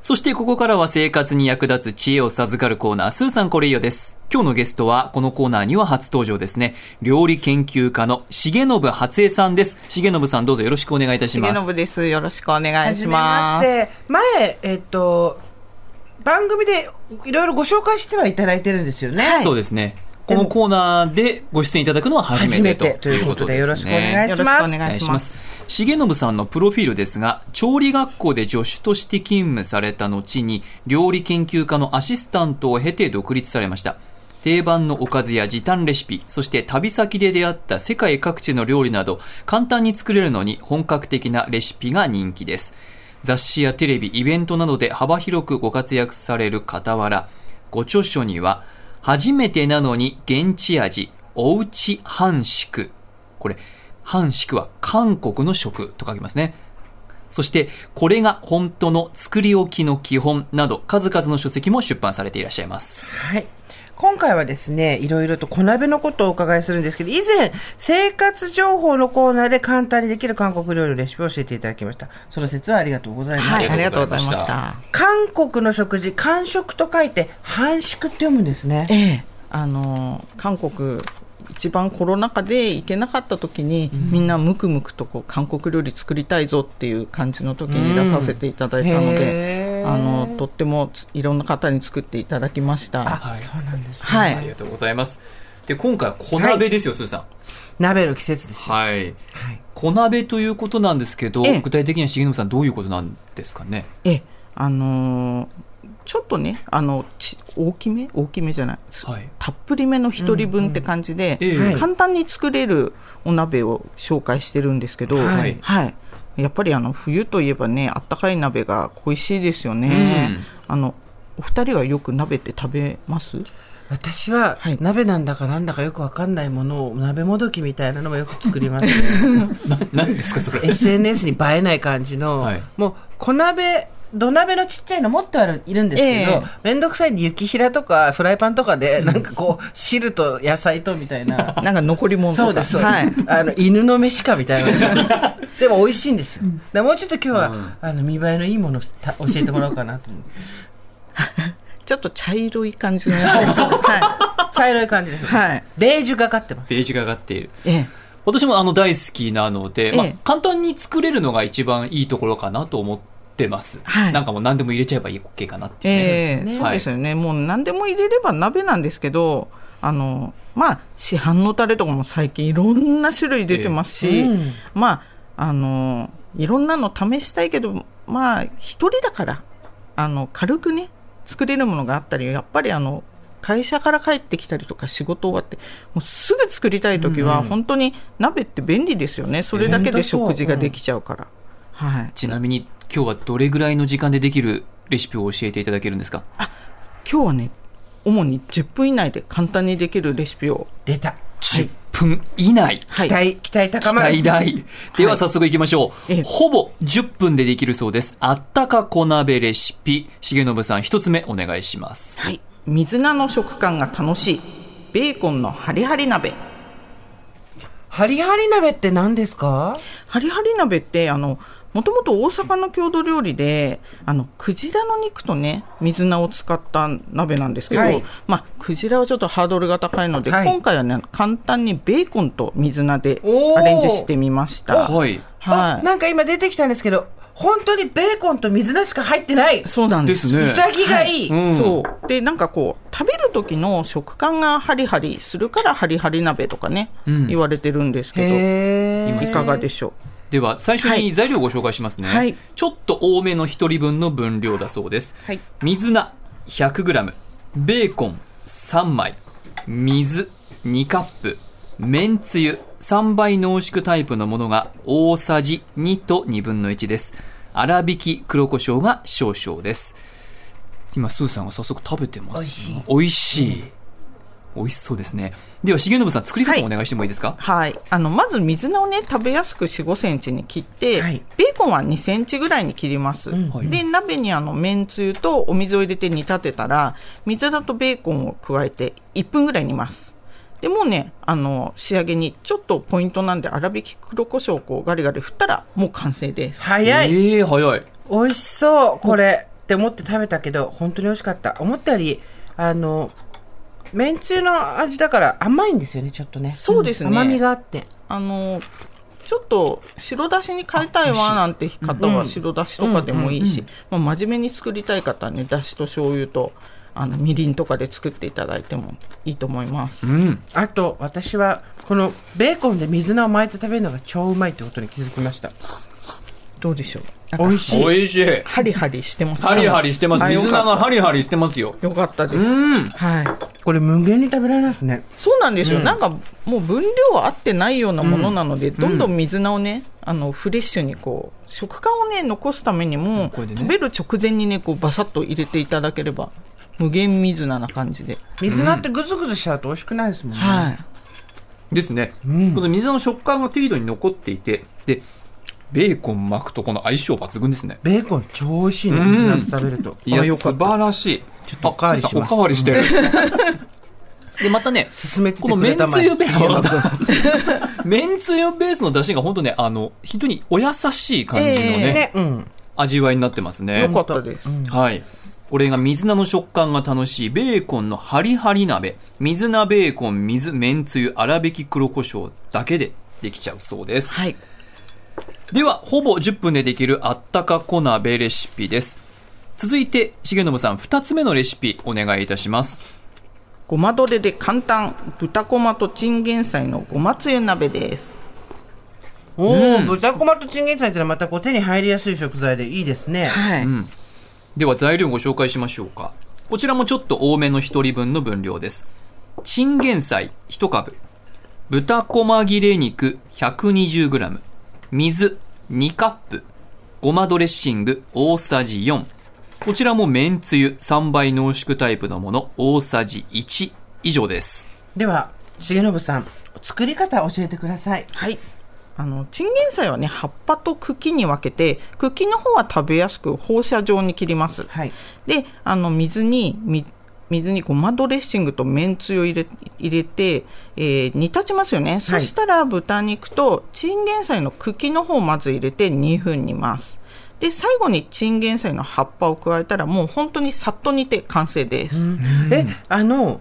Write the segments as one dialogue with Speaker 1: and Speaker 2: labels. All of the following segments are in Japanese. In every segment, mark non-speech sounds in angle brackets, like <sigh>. Speaker 1: そしてここからは生活に役立つ知恵を授かるコーナー、スーさんこれいいよです。今日のゲストは、このコーナーには初登場ですね。料理研究家の重信初江さんです。重信さんどうぞよろしくお願いいたします。
Speaker 2: 重信です。よろしくお願いします。
Speaker 3: ま前、えっと、番組でいろいろご紹介してはいただいてるんですよね。
Speaker 1: はい、そうですね。このコーナーでご出演いただくのは初めてということで、ね、
Speaker 3: よろしくお願いします。お願いします。
Speaker 1: 重信さんのプロフィールですが調理学校で助手として勤務された後に料理研究家のアシスタントを経て独立されました定番のおかずや時短レシピそして旅先で出会った世界各地の料理など簡単に作れるのに本格的なレシピが人気です雑誌やテレビイベントなどで幅広くご活躍される傍らご著書には「初めてなのに現地味おうち半宿」これ半しくは韓国の食と書きますね。そして、これが本当の作り置きの基本など、数々の書籍も出版されていらっしゃいます。
Speaker 3: はい。今回はですね、いろいろと小鍋のことをお伺いするんですけど、以前、生活情報のコーナーで簡単にできる韓国料理のレシピを教えていただきました。その説はありがとうございます。
Speaker 2: はい、ありがとうございました。
Speaker 3: 韓国の食事、韓食と書いて、半食って読むんですね。
Speaker 2: ええ。あの、韓国一番コロナ禍で行けなかった時に、うん、みんなむくむくとこう韓国料理作りたいぞっていう感じの時に出させていただいたので、うん、あのとってもいろんな方に作っていただきました。
Speaker 3: はい、そうなんです、ね、
Speaker 2: はい、
Speaker 1: ありがとうございます。で今回小鍋ですよ、はい、スーさん。
Speaker 3: 鍋の季節です
Speaker 1: はい、はい。小鍋ということなんですけど、具体的には重信さんどういうことなんですかね。
Speaker 2: え、あのーちょっとねあの大きめ大きめじゃない、はい、たっぷりめの1人分って感じで、うんうん、簡単に作れるお鍋を紹介してるんですけど、はい、はい、やっぱりあの冬といえばねあったかい鍋が恋しいですよね、うん、あのお二人はよく鍋って食べます
Speaker 3: 私は鍋なんだかなんだかよくわかんないものを鍋もどきみたいなのもよく作ります、ね、 <laughs>
Speaker 1: 何ですかそれ
Speaker 3: SNS に映えない感じの、はい、もう小鍋土鍋のちっちゃいのもっとあるいるんですけど面倒、えー、くさいんで雪平とかフライパンとかで、うん、なんかこう汁と野菜とみたいな <laughs>
Speaker 2: なんか残り物と
Speaker 3: かそうですそうです、はい、あの犬の飯かみたい <laughs> なでも美味しいんですよ、うん、もうちょっと今日は、うん、あの見栄えのいいものた教えてもらおうかなと思って
Speaker 2: ちょっと茶色い感じの、
Speaker 3: <laughs> はい、茶色い感じです、はい、ベージュがかってます
Speaker 1: ベージュがかっている、ええ私もあの大好きなので、ええ、まあ、簡単に作れるのが一番いいところかなと思ってっます、はい、なんかもう何でも入れちゃえばいい OK かなっていう
Speaker 2: ね、えー、そうですよね、はい、もう何でも入れれば鍋なんですけどあのまあ市販のタレとかも最近いろんな種類出てますし、えーうん、まああのいろんなの試したいけどまあ一人だからあの軽くね作れるものがあったりやっぱりあの会社から帰ってきたりとか仕事終わってもうすぐ作りたい時は本当に鍋って便利ですよね、それだけで食事ができちゃうから。
Speaker 1: えーうん、はい、ちなみに今日はどれぐらいの時間でできるレシピを教えていただけるんですか、
Speaker 2: あ今日はね主に10分以内で簡単にできるレシピを
Speaker 3: 出た、はい
Speaker 1: 10分以内、
Speaker 3: はい、期待期待高ま
Speaker 1: る期待では早速いきましょう、はい、ほぼ10分でできるそうですあったか小鍋レシピ重信さん1つ目お願いします
Speaker 2: はい水菜の食感が楽しいベーコンのハリハリ鍋
Speaker 3: ハリハリ鍋って何ですか
Speaker 2: ハリハリ鍋ってあのもともと大阪の郷土料理で、あの、クジラの肉とね、水菜を使った鍋なんですけど、はい、まあ、クジラはちょっとハードルが高いので、はい、今回はね、簡単にベーコンと水菜でアレンジしてみました。
Speaker 1: はい。
Speaker 3: はい。なんか今出てきたんですけど、本当にベーコンと水菜しか入ってない。
Speaker 2: そうなんです。
Speaker 3: ですね、潔がいい、
Speaker 2: はいうん、そう。で、なんかこう、食べる時の食感がハリハリするから、ハリハリ鍋とかね、うん、言われてるんですけど、いかがでしょう
Speaker 1: では最初に材料をご紹介しますね、はい、ちょっと多めの1人分の分量だそうです、はい、水菜 100g ベーコン3枚水2カップめんつゆ3倍濃縮タイプのものが大さじ2と1 2分の1です粗挽き黒胡椒が少々です今スーさんが早速食べてます美味しい美味しそうですね。では、重信さん、作り方お願いしてもいいですか、
Speaker 2: はい、はい。あの、まず水菜をね、食べやすく4、5センチに切って、はい、ベーコンは2センチぐらいに切ります。うんはい、で、鍋にあの、麺つゆとお水を入れて煮立てたら、水菜とベーコンを加えて1分ぐらい煮ます。で、もうね、あの、仕上げにちょっとポイントなんで、粗挽き黒胡椒をこうガリガリ振ったら、もう完成です。
Speaker 3: 早い
Speaker 1: えー、早い
Speaker 3: 美味しそう、これ。って思って食べたけど本当に美味しかった思ったよりあのめんつゆの味だから甘いんですよねちょっとね
Speaker 2: そうですね
Speaker 3: 甘みがあって
Speaker 2: あのちょっと白だしに変えたいわなんて方は白だしとかでもいいし、まあ、真面目に作りたい方はねだしと醤油とあのみりんとかで作っていただいてもいいと思います、
Speaker 1: うん
Speaker 3: あと私はこのベーコンで水菜を巻いて食べるのが超うまいってことに気づきました
Speaker 2: どうでしょう
Speaker 3: 美味しい
Speaker 1: 美味しい
Speaker 2: ハリハリしてます
Speaker 1: ハリハリしてます
Speaker 2: あ
Speaker 1: 水菜がハリハリしてますよ
Speaker 2: よかったです、
Speaker 1: うん
Speaker 2: はい
Speaker 3: これ無限に食べられますね
Speaker 2: そうなんですよ、なんかもう分量は合ってないようなものなので、どんどん水菜をねあのフレッシュにこう食感をね残すためにも、
Speaker 1: これでね
Speaker 2: 食べる直前にねこうバサッと入れていただければ無限水菜な感じで、
Speaker 3: 水菜ってグズグズしちゃうと美味しくないですもんね、
Speaker 2: はい
Speaker 1: ですね、この水菜の食感が程度に残っていてでベーコン巻くとこの相性抜群ですね
Speaker 3: ベーコン超美味しいね
Speaker 1: うん
Speaker 3: 水菜と食べると、
Speaker 1: いや
Speaker 3: あよか
Speaker 1: 素
Speaker 3: った
Speaker 1: 晴らしい
Speaker 3: ちょっとおかわりします
Speaker 1: あそうそうおかわりしてるでまた
Speaker 3: <laughs>
Speaker 1: ね
Speaker 3: 進めてて
Speaker 1: この
Speaker 3: く
Speaker 1: め
Speaker 3: れ
Speaker 1: ん
Speaker 3: た
Speaker 1: つ
Speaker 3: まえ
Speaker 1: ゆベース <laughs> めんつゆベースの出汁が本当ねあの非常にお優しい感じのね,、
Speaker 2: ええ
Speaker 3: うん
Speaker 1: 味わいになってますね
Speaker 2: よかったです、
Speaker 1: はい。これが水菜の食感が楽しいベーコンのハリハリ鍋。水菜ベーコン、水、めんつゆ、粗挽き黒胡椒だけでできちゃうそうです。
Speaker 2: はい
Speaker 1: では、ほぼ10分でできるあったか小鍋レシピです。続いて、重信さん、2つ目のレシピお願いいたします。
Speaker 2: ごまどれで簡単豚こまとチンゲン菜のごまつゆ鍋です
Speaker 3: おお、豚こまとチンゲン菜ってのはまたこう手に入りやすい食材でいいですね
Speaker 2: はい、
Speaker 1: では、材料をご紹介しましょうか。こちらもちょっと多めの1人分の分量です。チンゲン菜1株、豚こま切れ肉 120g、水2カップ、ごまドレッシング大さじ4。こちらもめんつゆ3倍濃縮タイプのもの大さじ1以上です。
Speaker 3: では重信さん作り方教えてください
Speaker 2: はい。あのチンゲン菜はね葉っぱと茎に分けて茎の方は食べやすく放射状に切ります。
Speaker 3: はい
Speaker 2: であの水にみ水にごまドレッシングとめんつゆを入れ入れて、えー煮立ちますよね、そしたら豚肉とチンゲン菜の茎の方をまず入れて2分煮ますで最後にチンゲン菜の葉っぱを加えたらもう本当にさっと煮て完成です、
Speaker 3: えあの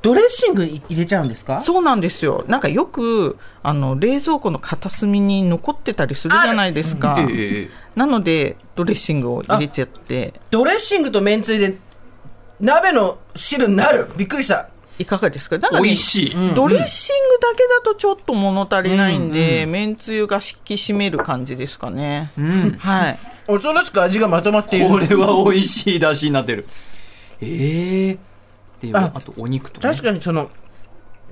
Speaker 3: ドレッシングい入れちゃうんですか
Speaker 2: そうなんですよ。なんかよくあの冷蔵庫の片隅に残ってたりするじゃないですか。
Speaker 1: ええええ
Speaker 2: なのでドレッシングを入れちゃって
Speaker 3: ドレッシングとめんつゆで鍋の汁になるびっくりした
Speaker 2: いかがですか。だからね
Speaker 1: 美味しい。
Speaker 2: ドレッシングだけだとちょっと物足りないんで、めんつゆが引き締める感じですかね。はい。
Speaker 3: 恐ろしく味がまとまっている
Speaker 1: これは美味しい出汁になってる。ええでは、あとお肉と、ね。
Speaker 3: 確かにその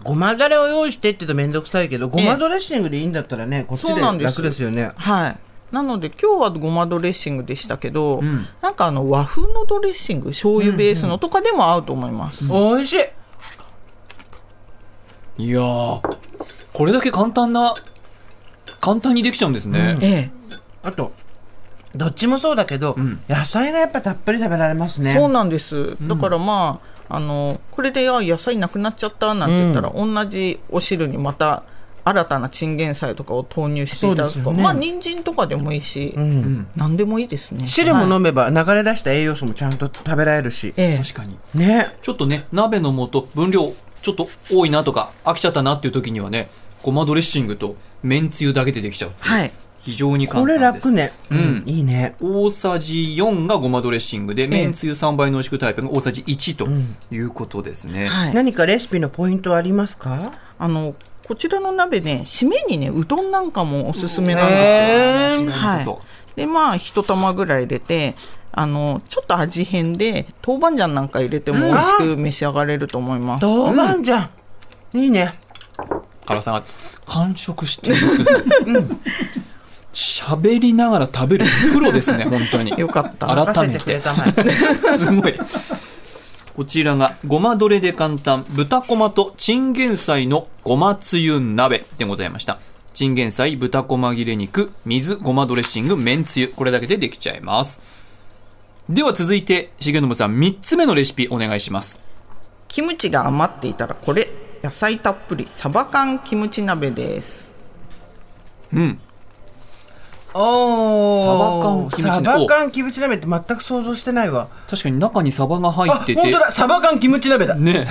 Speaker 3: ごまだれを用意してって言うとめんどくさいけどごまドレッシングでいいんだったらねこっち
Speaker 2: そう
Speaker 3: で
Speaker 2: なんです
Speaker 3: 楽ですよね
Speaker 2: はい。なので今日はごまドレッシングでしたけど、なんかあの和風のドレッシング、醤油ベースのとかでも合うと思います。
Speaker 3: 美味しい
Speaker 1: いやー、これだけ簡単な、簡単にできちゃうんですね。
Speaker 2: え
Speaker 3: あとどっちもそうだけど、野菜がやっぱたっぷり食べられます
Speaker 2: え、
Speaker 3: ね
Speaker 2: そうなんです。だからまあ、あの、これで、あ、野菜なくなっちゃったなんて言ったら、同じお汁にまた、新たなチンゲン菜とかを投入していただ
Speaker 3: そ
Speaker 2: く
Speaker 3: うですよ
Speaker 2: と、
Speaker 3: ね
Speaker 2: まあ人参とかでもいいし、
Speaker 3: うん
Speaker 2: 何でもいいですね。
Speaker 3: 汁も
Speaker 2: はい
Speaker 3: 飲めば流れ出した栄養素もちゃんと食べられるし、
Speaker 2: ええ
Speaker 1: 確かに。
Speaker 3: ね
Speaker 1: ちょっとね、鍋の素、分量、ちょっと多いなとか、飽きちゃったなっていう時にはね、ごまドレッシングとめんつゆだけでできちゃう。
Speaker 2: はい。
Speaker 1: 非常に簡
Speaker 3: こ
Speaker 1: 単で
Speaker 3: れ
Speaker 1: す。
Speaker 3: 楽。ね、
Speaker 1: うん
Speaker 3: いいね
Speaker 1: 大さじ4がごまドレッシングで、めんつゆ3倍濃縮タイプが大さじ1ということですね。
Speaker 2: はい。
Speaker 3: 何かレシピのポイントはありますか
Speaker 2: あのこちらの鍋ね締めにねうどんなんかもおすすめなん
Speaker 3: へ
Speaker 2: です
Speaker 1: ー
Speaker 2: よ。は
Speaker 1: そう
Speaker 2: い、でまあ一玉ぐらい入れてあのちょっと味変で豆板醤なんか入れても美味しく召し上がれると思います。
Speaker 3: 豆板醤、いいね
Speaker 1: 辛さが完食してるんですよ。喋りながら食べるプロですね、本当に。
Speaker 2: よかった
Speaker 1: 改め
Speaker 3: 任せてく
Speaker 1: て
Speaker 3: れ。たまえ
Speaker 1: すごい。こちらがごまどれで簡単豚こまとチンゲン菜のごまつゆ鍋でございました。チンゲン菜、豚こま切れ肉、水、ごまドレッシング、めんつゆ。これだけでできちゃいます。では続いて、重信さん、3つ目のレシピお願いします。
Speaker 2: キムチが余っていたらこれ野菜たっぷりサバ缶キムチ鍋です。
Speaker 3: お
Speaker 1: サバ缶
Speaker 3: ー
Speaker 1: キムチ鍋
Speaker 3: サバ缶キムチ鍋って全く想像してないわ
Speaker 1: 確かに中にサバが入
Speaker 3: あ
Speaker 1: って
Speaker 3: 本
Speaker 1: て
Speaker 3: 当だサバ缶キムチ鍋だ
Speaker 1: ね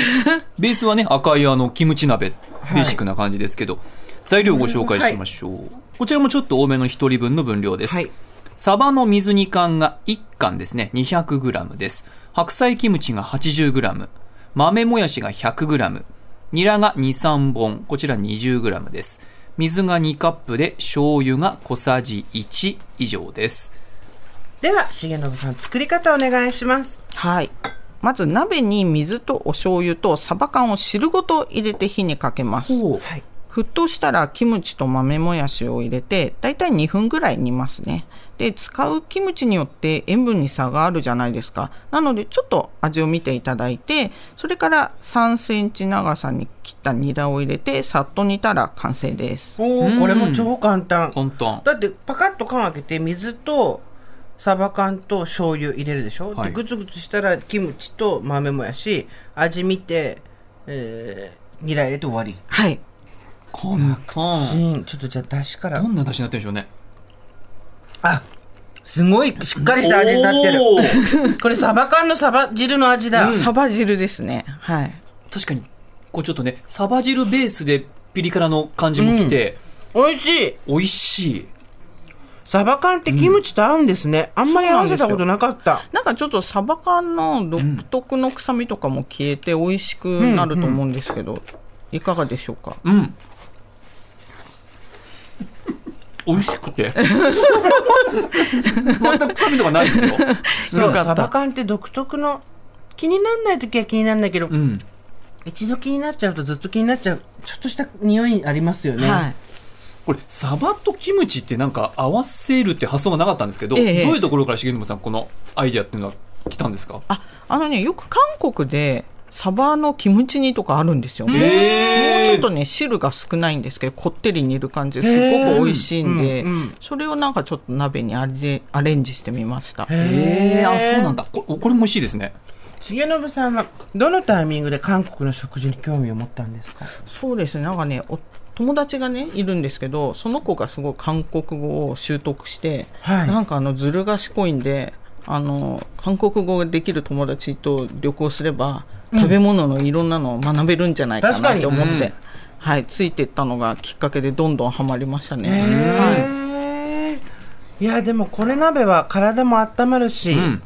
Speaker 1: <laughs> ベースはね赤いあのキムチ鍋ベーシックな感じですけど、材料をご紹介しましょう、こちらもちょっと多めの1人分の分量です、
Speaker 3: はい
Speaker 1: サバの水煮缶が1缶ですね 200g です白菜キムチが 80g 豆もやしが 100g ニラが23本こちら 20g です水が2カップで醤油が小さじ1以上です
Speaker 3: では重信さん作り方お願いします
Speaker 2: はい。まず鍋に水とお醤油とサバ缶を汁ごと入れて火にかけます。
Speaker 3: はい
Speaker 2: 沸騰したらキムチと豆もやしを入れてだいたい2分ぐらい煮ますねで使うキムチによって塩分に差があるじゃないですかなのでちょっと味を見ていただいてそれから3センチ長さに切ったニラを入れてさっと煮たら完成です
Speaker 3: おーこれも超簡単
Speaker 1: 簡単
Speaker 3: だってパカッと缶開けて水とサバ缶と醤油入れるでしょ、
Speaker 1: はい
Speaker 3: でグツグツしたらキムチと豆もやし味見て、えー、ニラ入れて終わり、
Speaker 2: はい
Speaker 1: 簡単
Speaker 3: うんちょっとじゃあ出汁から
Speaker 1: どんな出汁になってるんでしょうね
Speaker 3: あすごいしっかりした味になって
Speaker 1: おー
Speaker 3: るこれサバ缶のサバ汁の味だ、
Speaker 2: サバ汁ですねはい
Speaker 1: 確かにこうちょっとねサバ汁ベースでピリ辛の感じもきて、
Speaker 3: 美味しい
Speaker 1: 美味しい
Speaker 3: サバ缶ってキムチと合うんですね、あんまり合わせたことなかった
Speaker 2: なんかちょっとサバ缶の独特の臭みとかも消えて美味しくなると思うんですけど、いかがでしょうか
Speaker 1: うん <laughs> 美味しく <laughs> て全く臭みとかない <laughs> ですよ
Speaker 3: そう
Speaker 2: よかった
Speaker 3: サバ缶って独特の気にならない時は気にならないけど、
Speaker 1: うん
Speaker 3: 一度気になっちゃうとずっと気になっちゃうちょっとした匂いありますよね、
Speaker 2: はい
Speaker 1: これサバとキムチってなんか合わせるって発想がなかったんですけど、
Speaker 2: ええ
Speaker 1: どういうところから重信さんこのアイディアっていうのは来たんですか
Speaker 2: ああのねよく韓国でサバのキムチ煮とかあるんですよ、もうち
Speaker 1: え
Speaker 2: ょっとね汁が少ないんですけどこってり煮る感じですごく美味しいんで、
Speaker 3: うんうん
Speaker 2: それをなんかちょっと鍋にアレアレンジしてみました
Speaker 1: えあそうなんだここれも美味しいですね
Speaker 3: 重信さんはどのタイミングで韓国の食事に興味を持ったんですか
Speaker 2: そうですねなんかねお友達がねいるんですけどその子がすごい韓国語を習得して、
Speaker 3: はい
Speaker 2: なんかあのずる賢いんであの韓国語ができる友達と旅行すれば食べ物のいろんなのを学べるんじゃないか
Speaker 3: 確か
Speaker 2: なっ
Speaker 3: に
Speaker 2: て思って、
Speaker 1: うん
Speaker 2: はい、ついていったのがきっかけでどんどんハマりましたね。はい
Speaker 3: へえいやでもこれ鍋は体も温まるし、
Speaker 1: うん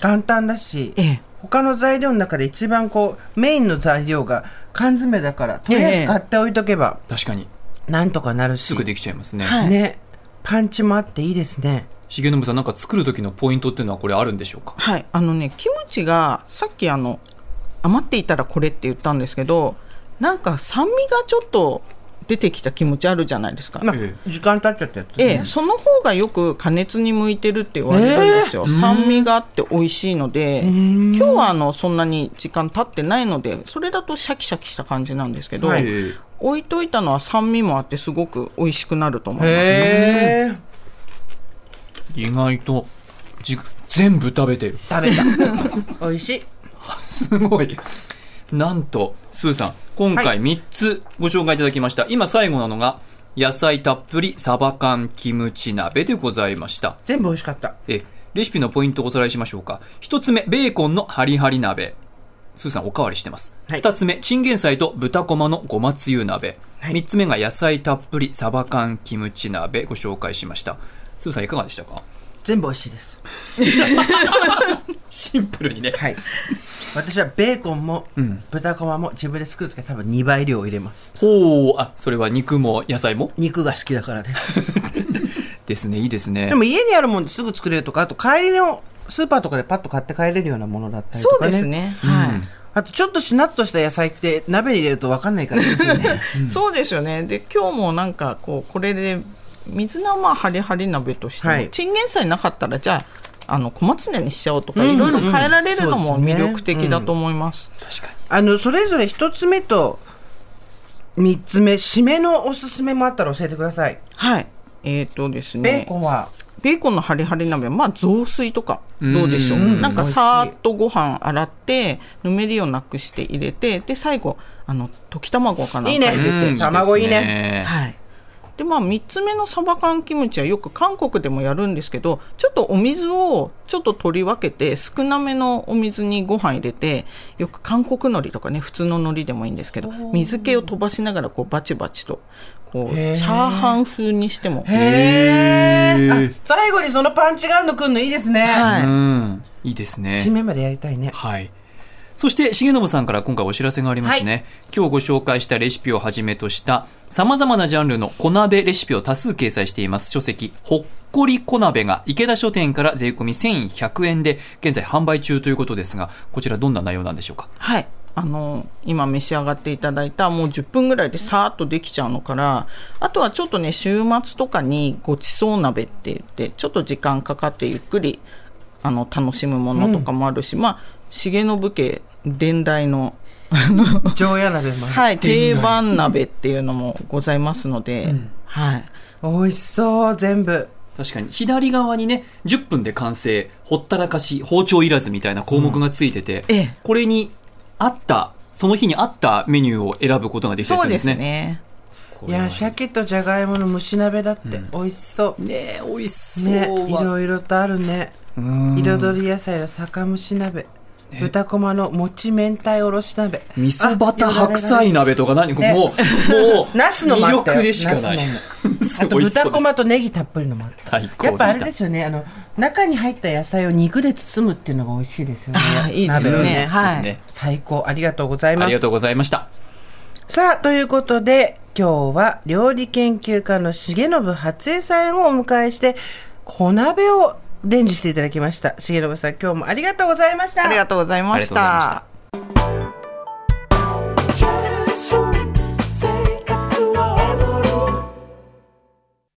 Speaker 3: 簡単だし
Speaker 2: ええ
Speaker 3: 他の材料の中で一番こうメインの材料が缶詰だからとりあえず買っておいとけば
Speaker 1: 確かに
Speaker 3: なんとかなるし
Speaker 1: すぐできちゃいますね、
Speaker 2: はい
Speaker 3: ねパンチもあっていいですね
Speaker 1: 重信さんなんか作る時のポイントっていうのはこれあるんでしょうか
Speaker 2: はい、あのねキムチがさっきあの余っていたらこれって言ったんですけどなんか酸味がちょっと出てきたキムチあるじゃないですか、
Speaker 3: まあ
Speaker 1: え
Speaker 3: 時間経っちゃったやつ
Speaker 2: ええ、その方がよく加熱に向いてるって言われるんですよ、酸味があって美味しいので今日はあのそんなに時間経ってないのでそれだとシャキシャキした感じなんですけど、
Speaker 3: はい
Speaker 1: ええ
Speaker 2: 置いといたのは酸味もあってすごく美味しくなると思います、
Speaker 3: へえ
Speaker 1: 意外とじ全部食べてる
Speaker 3: 食べ
Speaker 2: <laughs>
Speaker 3: た美味しい
Speaker 1: すごいなんとスーさん今
Speaker 3: は
Speaker 1: 回3つご紹介いただきました、今最後なのが野菜たっぷりサバ缶キムチ鍋でございました
Speaker 3: 全部美味しかった
Speaker 1: えレシピのポイントをおさらいしましょうか1つ目ベーコンのハリハリ鍋スーさんおかわりしてます、
Speaker 3: はい
Speaker 1: 2つ目チンゲン菜と豚こまのごまつゆ鍋、
Speaker 3: はい
Speaker 1: 3つ目が野菜たっぷりサバ缶キムチ鍋ご紹介しましたスーさんいかがでしたか
Speaker 3: 全部美味しいです
Speaker 1: シンプルにね
Speaker 3: はい私はベーコンも
Speaker 1: ん
Speaker 3: 豚こまも自分で作るときは多分2倍量入れます
Speaker 1: ほうあそれは肉も野菜も
Speaker 3: 肉が好きだからです
Speaker 1: ですねいいですね
Speaker 3: でも家にあるもんですぐ作れるとかあと帰りのスーパーとかでパッと買って帰れるようなものだったりと
Speaker 2: そ
Speaker 3: か
Speaker 2: う
Speaker 3: ね
Speaker 2: ですね、はい、
Speaker 3: あとちょっとしなっとした野菜って鍋に入れると分かんないからいいですよね
Speaker 2: そうですよね。で、今日もなんかこう、これで、水菜はハリハリ鍋としても、
Speaker 3: はい
Speaker 2: チンゲン菜なかったら、じゃあ、あの、小松菜にしちゃおうとか、いろいろ変えられるのも
Speaker 3: そうです
Speaker 2: 魅
Speaker 3: ね
Speaker 2: 力的だと思います。
Speaker 1: 確か
Speaker 3: あのそれぞれ1つ目と3つ目締めのおすすめもあったら教えてください
Speaker 2: はい。えっ、とですね。
Speaker 3: ベーコンは
Speaker 2: ベーコンのハリハリ鍋まあ雑炊とかどうでしょう
Speaker 1: うん
Speaker 2: なんかさーっとご飯洗ってぬめりをなくして入れてで最後あの溶き卵かなんか
Speaker 3: いい
Speaker 2: 入
Speaker 3: ね
Speaker 2: れて
Speaker 1: に
Speaker 3: 卵いいね
Speaker 1: です
Speaker 2: はいでまあ、3つ目のサバ缶キムチはよく韓国でもやるんですけどちょっとお水をちょっと取り分けて少なめのお水にご飯入れてよく韓国のりとかね普通の海苔でもいいんですけど水気を飛ばしながらこうバチバチとこうチャーハン風にしても
Speaker 3: へえ最後にそのパンチがあるのくんのいいですね、
Speaker 2: はい
Speaker 1: うんいいですね
Speaker 3: 締めまでやりたいね
Speaker 1: はい。そして、重信さんから今回お知らせがありますね。今日ご紹介したレシピをはじめとした、様々なジャンルの小鍋レシピを多数掲載しています。書籍、ほっこり小鍋が池田書店から税込み1100円で、現在販売中ということですが、こちらどんな内容なんでしょうか
Speaker 2: はい。あの、今召し上がっていただいた、もう10分ぐらいでさーっとできちゃうのから、あとはちょっとね、週末とかにごちそう鍋って言って、ちょっと時間かかってゆっくり、あの、楽しむものとかもあるし、まあ、重信家伝来の、
Speaker 1: <laughs>
Speaker 3: 上野鍋もある
Speaker 2: はい、定番鍋っていうのもございますので、はい。
Speaker 3: 美味しそう全部
Speaker 1: 確かに、左側にね、10分で完成、ほったらかし、包丁いらずみたいな項目がついてて、
Speaker 2: うんええ
Speaker 1: これに合った、その日に合ったメニューを選ぶことができたり
Speaker 2: そ
Speaker 1: する
Speaker 2: う
Speaker 1: んで
Speaker 2: ですす
Speaker 1: ね。
Speaker 2: ね。
Speaker 3: いや鮭とじゃがいもの蒸し鍋だって美味しそう
Speaker 1: ねえ、美味しそう
Speaker 3: ねい
Speaker 1: わ。
Speaker 3: ろいろとあるね
Speaker 1: うん
Speaker 3: 彩り野菜の酒蒸し鍋、豚こまのもち明太おろし鍋
Speaker 1: 味噌バター
Speaker 3: あよだれ
Speaker 1: 白
Speaker 3: が
Speaker 1: 菜鍋とか何これ
Speaker 3: ね
Speaker 1: もう、もう、
Speaker 3: <laughs> ナスのも
Speaker 1: 魅
Speaker 3: あったよ
Speaker 1: 力でしかない
Speaker 3: ナスのも。
Speaker 1: す
Speaker 3: あと
Speaker 1: <laughs> ごい美味しそう
Speaker 3: 豚こま
Speaker 1: です
Speaker 3: とネギたっぷりのもあった
Speaker 1: 最
Speaker 3: やっ
Speaker 1: 高
Speaker 3: ぱ
Speaker 1: で
Speaker 3: あ
Speaker 1: し
Speaker 3: れ
Speaker 1: た
Speaker 3: で。すよねあの中に入った野菜を肉で包むっていうのが美味しいですよね
Speaker 2: あーいいですね
Speaker 3: 鍋
Speaker 2: ねはい
Speaker 1: ですね
Speaker 3: 最高ありがとうござい
Speaker 1: あ
Speaker 3: ま
Speaker 1: りが
Speaker 3: す
Speaker 1: とうございました。
Speaker 3: さあということで今日は料理研究家の重信初江さんをお迎えして小鍋を伝授していただきました重信さん今日もありがとうございました
Speaker 2: ありがとうございまし
Speaker 1: ありがとうございました
Speaker 2: た。